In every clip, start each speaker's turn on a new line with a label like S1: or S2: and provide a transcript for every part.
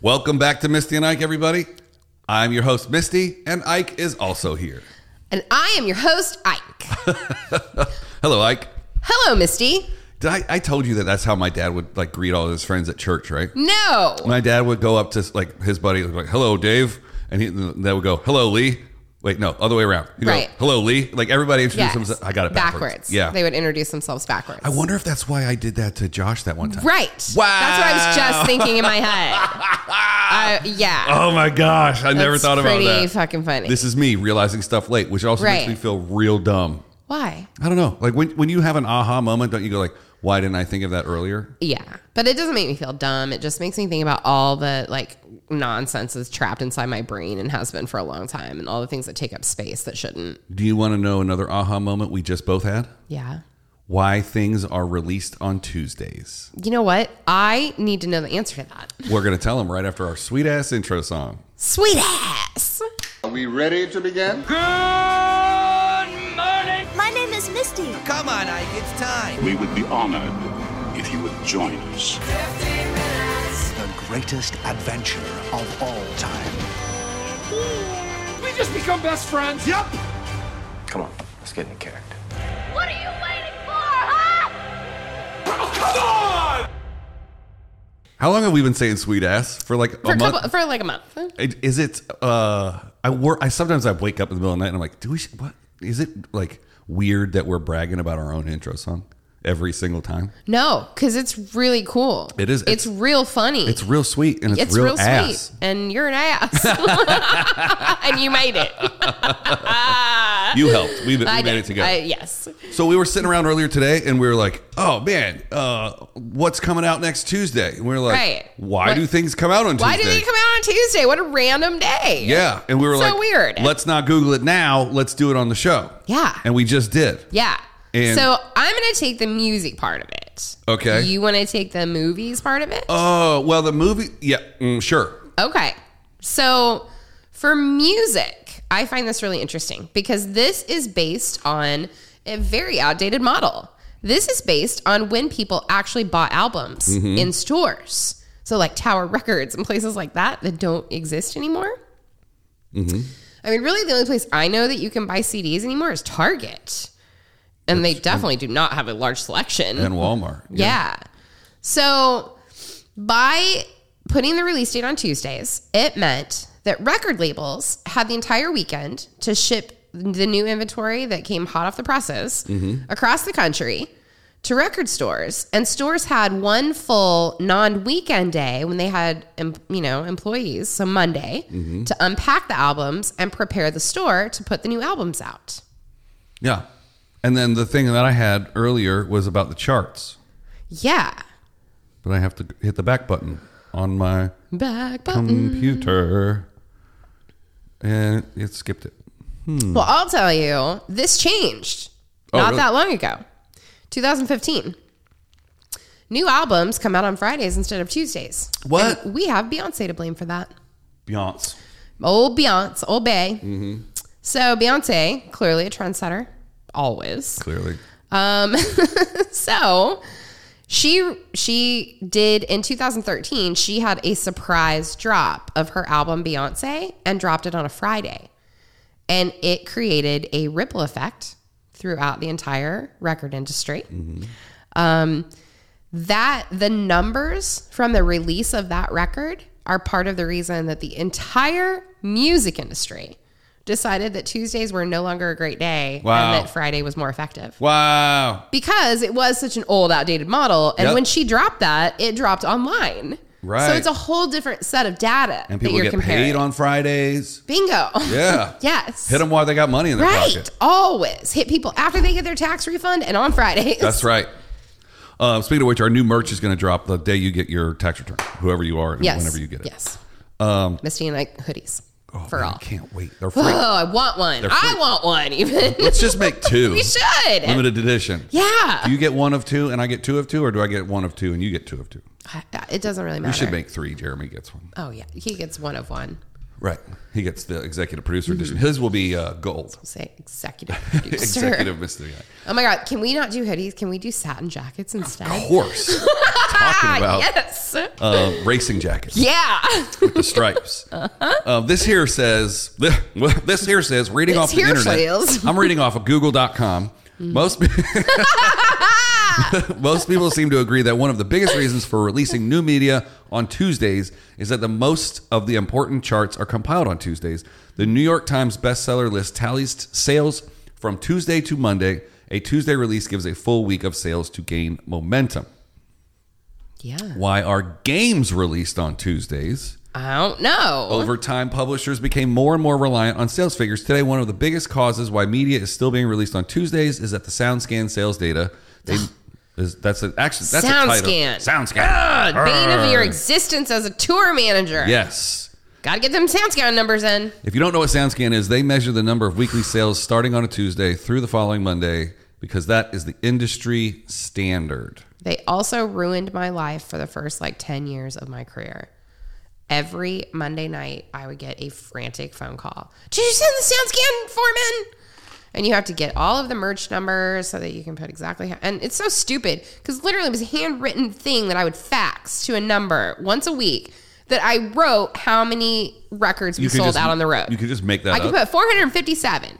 S1: Welcome back to Misty and Ike, everybody. I'm your host, Misty, and Ike is also here.
S2: And I am your host, Ike.
S1: Hello, Ike.
S2: Hello, Misty.
S1: Did I, I told you that that's how my dad would like greet all his friends at church, right?
S2: No.
S1: My dad would go up to like his buddy, like, "Hello, Dave," and he and they would go, "Hello, Lee." Wait, no, other way around. He'd go,
S2: Right.
S1: Hello, Lee. Like everybody introduced
S2: Yes.
S1: themselves. I got it backwards. Yeah.
S2: They would introduce themselves backwards.
S1: I wonder if that's why I did that to Josh that one time.
S2: Right.
S1: Wow.
S2: That's what I was just thinking in my head. uh, yeah.
S1: Oh my gosh, I never
S2: That's
S1: thought about
S2: pretty
S1: that.
S2: fucking funny.
S1: This is me realizing stuff late, which also makes
S2: Right.
S1: me feel real dumb.
S2: Why?
S1: I don't know. Like when when you have an aha moment, don't you go like, "Why didn't I think of that earlier?"
S2: Yeah. But it doesn't make me feel dumb. It just makes me think about all the like nonsense that's trapped inside my brain and has been for a long time and all the things that take up space that shouldn't.
S1: Do you want to know another aha moment we just both had?
S2: Yeah.
S1: Why things are released on Tuesdays?
S2: You know what? I need to know the answer to that.
S1: We're gonna tell them right after our sweet ass intro song.
S2: Sweet ass.
S3: Are we ready to begin?
S4: My name is Misty.
S5: Come on, Ike, it's time.
S6: We would be honored if you would join us.
S5: The greatest adventure of all time.
S7: We just become best friends. Yep.
S8: Come on, let's get in character.
S4: What are you waiting for, huh?
S1: How long have we been saying sweet ass for like a
S2: For a
S1: month?
S2: couple for like a month.
S1: It- Is it? uh I work. I sometimes I wake up in the middle of the night and I'm like, do we? sh- What is it like? Weird that we're bragging about our own intro song every single time.
S2: No, because it's really cool.
S1: It is. It's-
S2: It's, real funny.
S1: It's real sweet and it's,
S2: It's
S1: real,
S2: real,
S1: ass.
S2: sweet. And you're an ass. and you made it.
S1: You helped. We, we
S2: I
S1: made
S2: did.
S1: it together.
S2: I- yes.
S1: so we were sitting around earlier today, and we were like, "Oh man, uh, what's coming out next Tuesday?" And we were like,
S2: Right.
S1: "Why
S2: What-
S1: do things come out on
S2: Why
S1: Tuesday?"
S2: did it come out on Tuesday? What a random day.
S1: Yeah, and we were
S2: So
S1: like,
S2: weird.
S1: Let's not Google it now. Let's do it on the show."
S2: Yeah.
S1: and we just did.
S2: Yeah.
S1: And-
S2: so I'm going to take the music part of it.
S1: Okay.
S2: You want to take the movies part of it?
S1: Oh well, the movie. Yeah, mm, sure.
S2: Okay. So for music, I find this really interesting because this is based on a very outdated model. This is based on when people actually bought albums in stores. So, like Tower Records and places like that that don't exist anymore. I mean, really, the only place I know that you can buy CDs anymore is Target. And they definitely do not have a large selection.
S1: And Walmart.
S2: Yeah. So by putting the release date on Tuesdays, it meant that record labels had the entire weekend to ship the new inventory that came hot off the presses across the country to record stores and stores had one full non-weekend day when they had em- you know employees so monday to unpack the albums and prepare the store to put the new albums out
S1: yeah. And then the thing that I had earlier was about the charts,
S2: yeah
S1: but I have to hit the back button on my
S2: back button.
S1: computer, and it skipped it.
S2: Well, I'll tell you, this changed
S1: Oh,
S2: not
S1: really?
S2: that long ago, 2015. New albums come out on Fridays instead of Tuesdays.
S1: What?
S2: And we have Beyonce to blame for that.
S1: Beyonce.
S2: Old Beyonce, old Bay.
S1: Mm-hmm.
S2: So Beyonce, clearly a trendsetter, always.
S1: Clearly.
S2: So she she did in 2013. She had a surprise drop of her album Beyonce and dropped it on a Friday, and it created a ripple effect throughout the entire record industry. Um, that the numbers from the release of that record are part of the reason that the entire music industry decided that Tuesdays were no longer a great day
S1: Wow.
S2: and that Friday was more effective
S1: Wow.
S2: because it was such an old, outdated model. And
S1: Yep.
S2: when she dropped that, it dropped online.
S1: Right.
S2: So it's a whole different set of data
S1: And
S2: that
S1: people
S2: you're
S1: get
S2: comparing.
S1: paid on Fridays.
S2: Bingo.
S1: Yeah.
S2: yes.
S1: Hit them while they got money in their
S2: Right.
S1: pocket.
S2: Always hit people after they get their tax refund and on Fridays.
S1: That's right. Uh, speaking of which, our new merch is going to drop the day you get your tax return, whoever you are, and
S2: Yes.
S1: whenever you get it. Um, Oh,
S2: Yes. Misty and I hoodies for
S1: Man,
S2: all.
S1: I can't wait. They're
S2: Oh,
S1: free.
S2: I want one.
S1: They're
S2: I
S1: free.
S2: want one. Even
S1: Let's just make two.
S2: we should.
S1: Limited edition.
S2: Yeah.
S1: Do you get one of two and I get two of two, or do I get one of two and you get two of two?
S2: it doesn't really matter.
S1: We should make three. Jeremy gets one.
S2: Oh yeah, he gets one of one.
S1: Right. He gets the executive producer edition. His will be uh, gold.
S2: Say executive producer.
S1: Executive Mr.
S2: Oh my god, can we not do hoodies? Can we do satin jackets instead?
S1: Horse. talking about.
S2: Yes.
S1: Uh, racing jackets.
S2: Yeah.
S1: with the stripes. Uh, this here says this here says reading
S2: This
S1: off the
S2: here
S1: internet.
S2: says.
S1: I'm reading off of Google.com. Most pe- most people seem to agree that one of the biggest reasons for releasing new media on Tuesdays is that the most of the important charts are compiled on Tuesdays. The New York Times bestseller list tallies t- sales from Tuesday to Monday. A Tuesday release gives a full week of sales to gain momentum.
S2: yeah.
S1: Why are games released on Tuesdays?
S2: I don't know.
S1: Over time, publishers became more and more reliant on sales figures. Today, one of the biggest causes why media is still being released on Tuesdays is that the SoundScan sales data. They, is, that's an actually that's a title.
S2: SoundScan.
S1: SoundScan.
S2: God, bane of your
S1: Arr.
S2: existence as a tour manager.
S1: Yes.
S2: Gotta get them sound scan numbers in.
S1: If you don't know what SoundScan is, they measure the number of weekly sales starting on a Tuesday through the following Monday because that is the industry standard.
S2: They also ruined my life for the first like 10 years of my career. Every Monday night, I would get a frantic phone call. Did you send the sound scan form in? And you have to get all of the merch numbers so that you can put exactly how. And it's so stupid because literally it was a handwritten thing that I would fax to a number once a week that I wrote how many records we
S1: could
S2: sold
S1: just-
S2: out on the road.
S1: You could just make that
S2: I
S1: up,
S2: could put 457.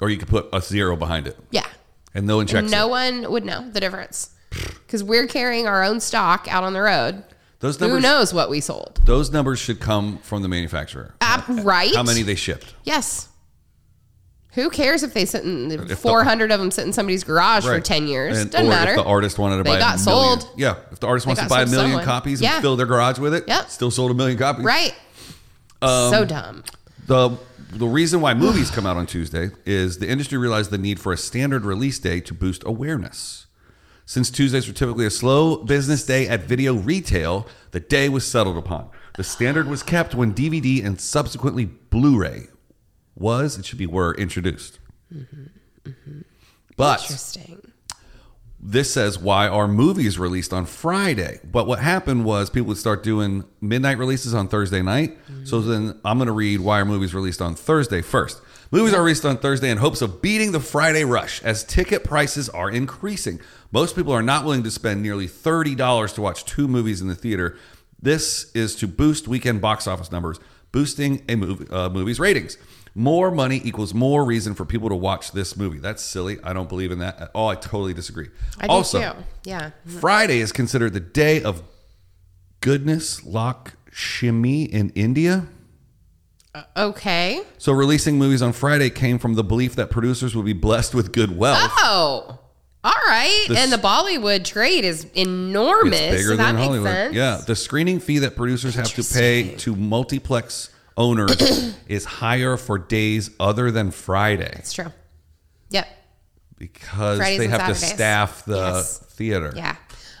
S1: or you could put a zero behind it,
S2: Yeah.
S1: and no one checks.
S2: no
S1: it.
S2: one would know the difference because we're carrying our own stock out on the road.
S1: Those
S2: Who
S1: numbers.
S2: knows what we sold?
S1: Those numbers should come from the manufacturer.
S2: Uh, right?
S1: How many they shipped?
S2: Yes. Who cares if they sit in the
S1: the-
S2: 400 of them sit in somebody's garage for
S1: Right.
S2: 10 years?
S1: And-
S2: Doesn't
S1: or
S2: matter.
S1: If the artist wanted to
S2: They
S1: buy,
S2: got
S1: a million,
S2: sold.
S1: Yeah, if the artist wants to
S2: got
S1: buy a
S2: sold
S1: million
S2: someone.
S1: copies
S2: Yeah.
S1: and fill their garage with it,
S2: Yep.
S1: still sold a million copies.
S2: right.
S1: Um,
S2: so dumb.
S1: The the reason why movies come out on Tuesday is the industry realized the need for a standard release day to boost awareness. Since Tuesdays were typically a slow business day at video retail, the day was settled upon. The standard was kept when DVD and subsequently Blu-ray was, it should be were, introduced. But
S2: Mm-hmm. Interesting.
S1: this says why are movies released on Friday? But what happened was people would start doing midnight releases on Thursday night. So then I'm going to read why are movies released on Thursday first. Movies are released on Thursday in hopes of beating the Friday rush as ticket prices are increasing. Most people are not willing to spend nearly $30 to watch two movies in the theater. This is to boost weekend box office numbers, boosting a movie, uh, movie's ratings. More money equals more reason for people to watch this movie. That's silly. I don't believe in that at all. I totally disagree.
S2: I do
S1: also,
S2: too. Yeah.
S1: Friday is considered the day of goodness lock shimmy in India.
S2: Okay.
S1: So releasing movies on Friday came from the belief that producers would be blessed with good wealth.
S2: Oh. All right.
S1: This-
S2: and the Bollywood trade is enormous.
S1: It's bigger
S2: so that
S1: than
S2: makes
S1: Hollywood.
S2: sense.
S1: Yeah, the screening fee that producers have to pay to multiplex owners is higher for days other than Friday
S2: It's true. Yep.
S1: because
S2: Fridays
S1: they
S2: and
S1: have to
S2: Saturdays.
S1: staff the
S2: Yes.
S1: theater.
S2: Yeah.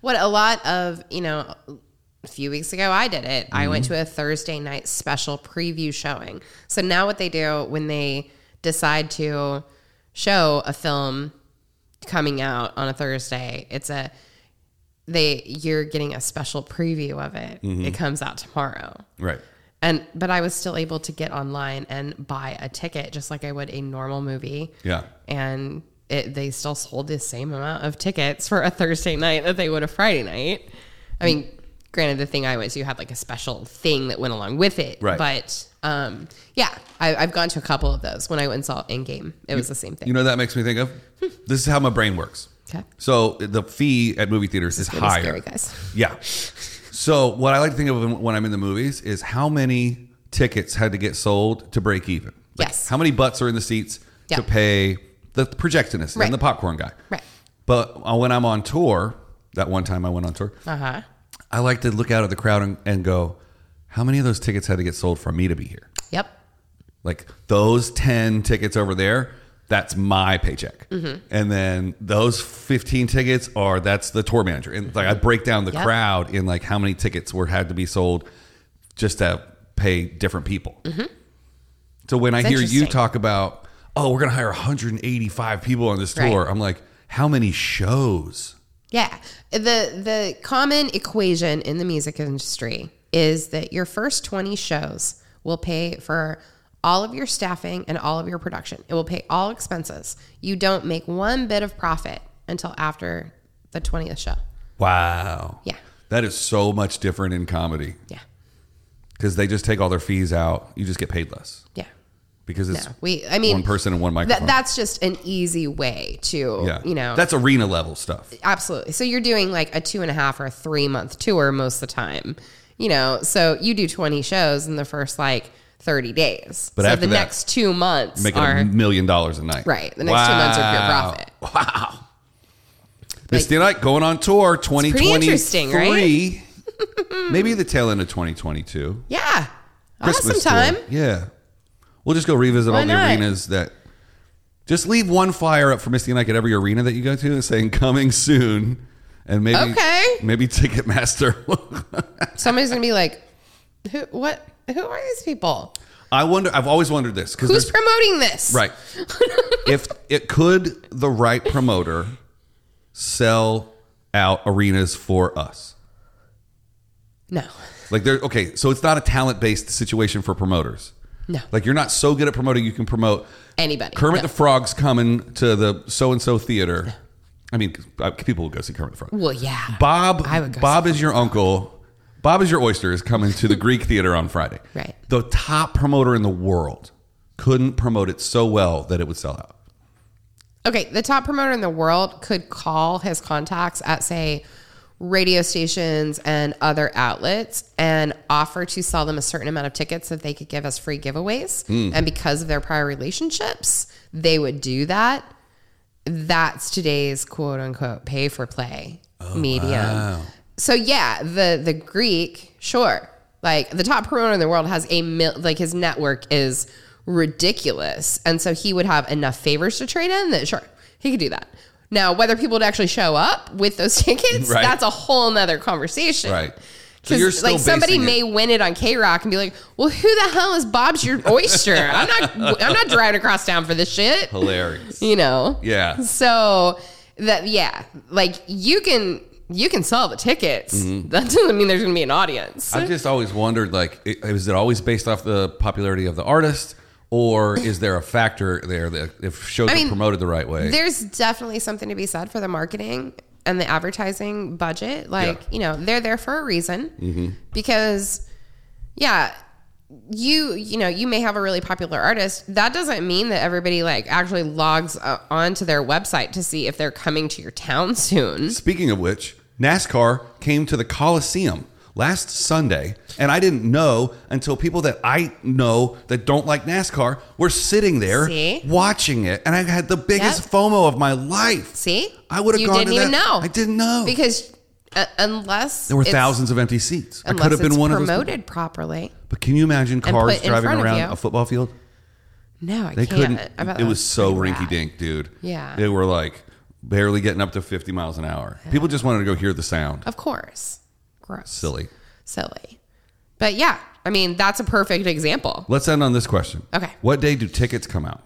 S2: What a lot of, you know, a few weeks ago I did it. I went to a Thursday night special preview showing. So now what they do when they decide to show a film coming out on a Thursday, it's a they you're getting a special preview of it. It comes out tomorrow.
S1: Right.
S2: And but I was still able to get online and buy a ticket just like I would a normal movie
S1: Yeah.
S2: and it, they still sold the same amount of tickets for a Thursday night that they would a Friday night. I mean, granted, the thing I went to had like a special thing that went along with it,
S1: Right.
S2: But um, yeah, I, I've gone to a couple of those. When I went and saw Endgame, it was the same thing.
S1: You know what that makes me think of? this is how my brain works.
S2: Hmm. okay,
S1: So the fee at movie theaters is
S2: Really
S1: higher.
S2: scary guys.
S1: Yeah. So what I like to think of when I'm in the movies is how many tickets had to get sold to break even.
S2: Yes.
S1: How many butts are in the seats
S2: Yeah.
S1: to pay the projectionist
S2: Right.
S1: and the popcorn guy.
S2: Right.
S1: But uh, when I'm on tour, that one time I went on tour,
S2: Uh huh.
S1: I like to look out at the crowd and, and go, how many of those tickets had to get sold for me to be here?
S2: Yep.
S1: Like those 10 tickets over there, that's my paycheck.
S2: Mm-hmm.
S1: And then those 15 tickets are that's the tour manager. And like I break down the
S2: Mm-hmm. Yep.
S1: crowd in like how many tickets were had to be sold just to pay different people. So when I hear you
S2: Mm-hmm. interesting.
S1: talk about, oh, we're going to hire 185 people on this tour,
S2: Right.
S1: I'm like, how many shows?
S2: Yeah. The the common equation in the music industry is that your first 20 shows will pay for all of your staffing and all of your production. It will pay all expenses. You don't make one bit of profit until after the 20th show.
S1: Wow.
S2: Yeah.
S1: That is so much different in comedy
S2: Yeah.
S1: because they just take all their fees out. You just get paid less
S2: Yeah.
S1: because it's
S2: No. We I mean
S1: one person and one
S2: tha-
S1: microphone.
S2: that's just an easy way to
S1: yeah.
S2: you know
S1: that's arena level stuff.
S2: absolutely. So you're doing like a two and a half or a three month tour most of the time, you know. So you do 20 shows in the first like 30 days.
S1: But
S2: so
S1: after
S2: the
S1: that,
S2: next two months
S1: Making
S2: are
S1: a million dollars a night.
S2: right. The next two months are pure profit.
S1: Misty Knight going on tour 2023.
S2: interesting,
S1: Maybe the tail end of 2022.
S2: Yeah,
S1: Christmas
S2: awesome time.
S1: tour. Yeah. We'll just go revisit
S2: Why
S1: all the
S2: not?
S1: arenas that. Just leave one flyer up for Misty and I at every arena that you go to, saying "coming soon," and maybe
S2: Okay.
S1: maybe Ticketmaster.
S2: Somebody's gonna be like, who? What? Who are these people?
S1: I wonder. I've always wondered this because
S2: Who's promoting this?
S1: Right. if it could the right promoter sell out arenas for us.
S2: No.
S1: Like there okay, so it's not a talent based situation for promoters.
S2: No.
S1: Like you're not so good at promoting you can promote
S2: Anybody.
S1: Kermit
S2: No.
S1: the Frog's coming to the so and so theater. I mean, uh, people will go see Kermit the Frog.
S2: Well, yeah.
S1: Bob
S2: I would go
S1: Bob is your uncle. Bob is your oyster is coming to the Greek theater on Friday.
S2: Right.
S1: The top promoter in the world couldn't promote it so well that it would sell out.
S2: Okay, the top promoter in the world could call his contacts at, say, radio stations and other outlets and offer to sell them a certain amount of tickets that they could give us free giveaways. And because of their prior relationships, they would do that. That's today's quote unquote pay for play
S1: Oh,
S2: medium. So yeah, the the Greek, sure. Like the top promoter in the world has a mil- like his network is ridiculous, and so he would have enough favors to trade in that sure he could do that. Now whether people would actually show up with those tickets,
S1: Right.
S2: that's a whole nother conversation.
S1: Right. So you're
S2: Because
S1: still
S2: like somebody
S1: basing it-
S2: may win it on K Rock and be like, "Well, who the hell is Bob's your oyster? I'm not. I'm not driving across town for this shit."
S1: hilarious.
S2: You know.
S1: Yeah.
S2: So that yeah, like you can you can sell the tickets.
S1: Mm-hmm.
S2: That doesn't mean there's gonna be an audience.
S1: I've just always wondered, like, i- is it always based off the popularity of the artist, or is there a factor there that if shows
S2: I
S1: are
S2: mean,
S1: promoted the right way?
S2: There's definitely something to be said for the marketing and the advertising budget. Like
S1: Yeah. Mm-hmm.
S2: you know, they're there for a reason because yeah. You you know you may have a really popular artist that doesn't mean that everybody like actually logs uh, onto their website to see if they're coming to your town soon.
S1: Speaking of which, NASCAR came to the Coliseum last Sunday, and I didn't know until people that I know that don't like NASCAR were sitting there
S2: See?
S1: watching it, and I had the biggest
S2: Yep.
S1: FOMO of my life.
S2: See,
S1: I would have
S2: You
S1: gone
S2: didn't
S1: to
S2: even
S1: that.
S2: know.
S1: I didn't know
S2: because uh, unless
S1: there were
S2: it's-
S1: thousands of empty seats. I
S2: unless
S1: could have been
S2: it's
S1: one of those.
S2: promoted properly.
S1: But can you imagine cars
S2: put in
S1: driving
S2: front of
S1: around
S2: you.
S1: a football field?
S2: No, I
S1: They
S2: can't. uh,
S1: couldn't.
S2: I bet
S1: it
S2: that
S1: was so
S2: pretty
S1: rinky dink, dude.
S2: Yeah.
S1: They were like barely getting up to 50 miles an hour. People just wanted to go hear the sound.
S2: bad. Of course, gross,
S1: Silly.
S2: silly. But yeah, I mean that's a perfect example.
S1: Let's end on this question.
S2: Okay.
S1: What day do tickets come out?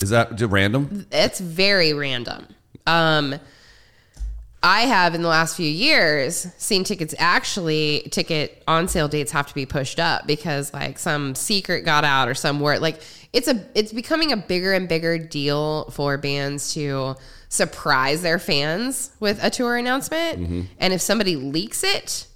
S1: Is that just random?
S2: It's very random. Um, I have in the last few years seen tickets actually ticket on sale dates have to be pushed up because like some secret got out or somewhere like it's a it's becoming a bigger and bigger deal for bands to surprise their fans with a tour announcement and if somebody leaks it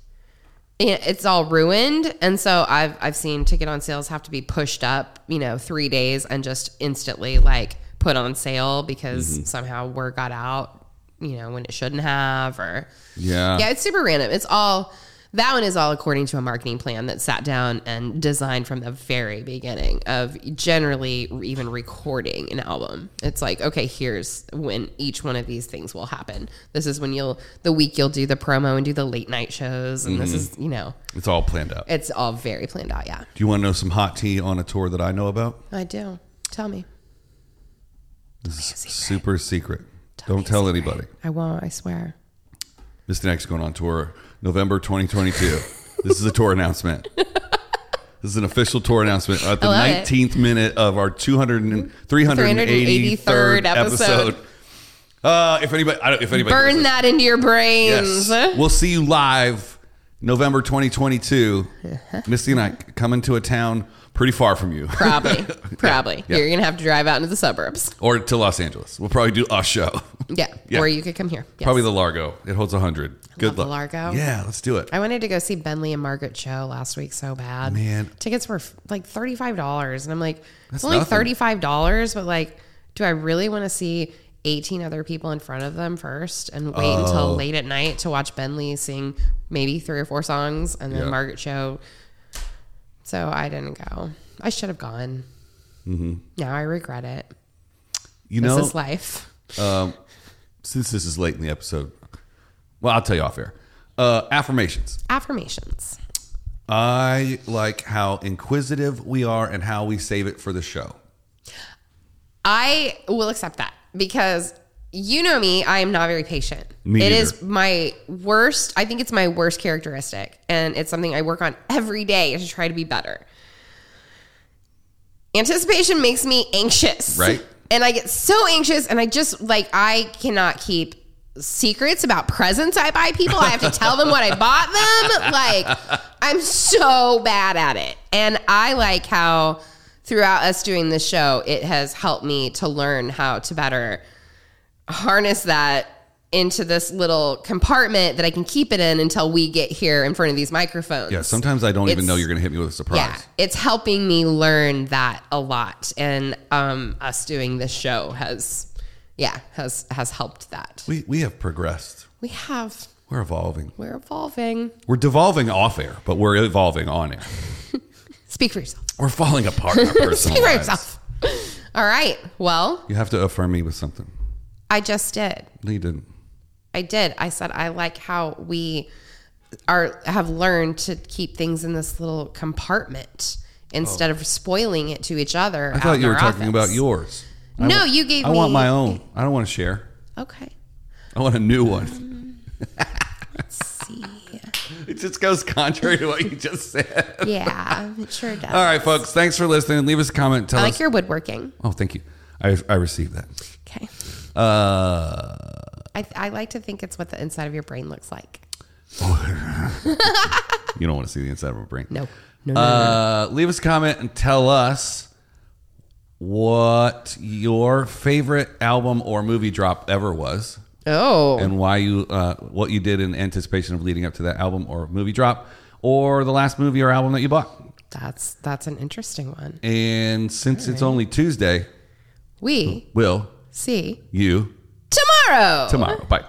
S2: i- it's all ruined and so I've I've seen ticket on sales have to be pushed up you know three days and just instantly like put on sale because somehow word got out you know when it shouldn't have or
S1: Yeah.
S2: yeah, it's super random. It's all that one is all according to a marketing plan that sat down and designed from the very beginning of generally even recording an album. It's like, okay, here's when each one of these things will happen. This is when you'll the week you'll do the promo and do the late night shows and this
S1: Mm-hmm.
S2: is, you know,
S1: It's all planned out.
S2: it's all very planned out, yeah.
S1: do you want to know some hot tea on a tour that I know about?
S2: I do. Tell me.
S1: Super secret. Don't tell anybody.
S2: I won't, I swear.
S1: Mr. Next going on tour November 2022. this is a tour announcement. This is an official tour announcement at the
S2: I love it.
S1: 19th minute of our 200 and 383rd
S2: 383rd
S1: episode.
S2: episode.
S1: Uh, if anybody, I don't, if anybody,
S2: Burn that into your brains.
S1: Yes. We'll see you live November 2022,
S2: Uh-huh.
S1: Misty and I coming to a town pretty far from you,
S2: Probably. Probably.
S1: yeah.
S2: You're going to have to drive out into the suburbs.
S1: or to Los Angeles. We'll probably do a show.
S2: Yeah.
S1: Yeah.
S2: Or you could come here. Yes.
S1: Probably the Largo. It holds 100. Good
S2: love the
S1: luck.
S2: Largo.
S1: Yeah, let's do it.
S2: I wanted to go see Bentley and Margaret show last week so bad.
S1: Man.
S2: tickets were f- like thirty five dollars, and I'm like,
S1: That's
S2: it's only
S1: nothing.
S2: thirty five dollars, but like, do I really want to see eighteen other people in front of them first and wait
S1: Oh.
S2: until late at night to watch Bentley sing maybe three or four songs and then
S1: Yeah.
S2: Margaret show? So I didn't go. I should have gone. Mm-hmm. Now I regret it.
S1: You
S2: This
S1: know,
S2: is life.
S1: Um, since this is late in the episode, well, I'll tell you off air. Uh, affirmations.
S2: Affirmations.
S1: I like how inquisitive we are and how we save it for the show.
S2: I will accept that because you know me, I am not very patient.
S1: Me
S2: It
S1: neither.
S2: is my worst, I think it's my worst characteristic. And it's something I work on every day to try to be better. Anticipation makes me anxious.
S1: Right.
S2: And I get so anxious and I just like, I cannot keep secrets about presents I buy people. I have to tell them what I bought them. Like, I'm so bad at it. And I like how throughout us doing this show, it has helped me to learn how to better harness that into this little compartment that I can keep it in until we get here in front of these microphones.
S1: Yeah, sometimes I don't even
S2: It's-
S1: know you're going to hit me with a surprise.
S2: Yeah, it's helping me learn that a lot, and um, us doing this show has, yeah, has has helped that.
S1: We we have progressed.
S2: We have
S1: We're evolving.
S2: we're evolving.
S1: We're devolving off air, but we're evolving on air.
S2: Speak for yourself.
S1: We're falling apart. in Our personal
S2: Speak for
S1: lives.
S2: yourself. All right. Well,
S1: You have to affirm me with something.
S2: I just did.
S1: No, you didn't.
S2: I did. I said I like how we are have learned to keep things in this little compartment instead of spoiling it to each other.
S1: Oh. I thought you were talking about yours. I
S2: No,
S1: want-
S2: you gave
S1: I want
S2: me-
S1: my own. I don't want to share.
S2: Okay.
S1: I want a new one.
S2: See.
S1: It just goes contrary to what you just said.
S2: Yeah, it sure does.
S1: All right, folks. Thanks for listening. Leave us a comment. Tell
S2: I
S1: us.
S2: like your woodworking.
S1: oh, thank you. I I received that.
S2: Okay.
S1: Uh,
S2: I, I like to think it's what the inside of your brain looks like.
S1: you don't want to see the inside of a brain.
S2: No. No.
S1: Uh, leave us a comment and tell us what your favorite album or movie drop ever was
S2: oh.
S1: and why you uh, what you did in anticipation of leading up to that album or movie drop or the last movie or album that you bought
S2: that's that's an interesting one.
S1: and since it's only tuesday
S2: We
S1: will
S2: see
S1: you
S2: tomorrow.
S1: tomorrow bye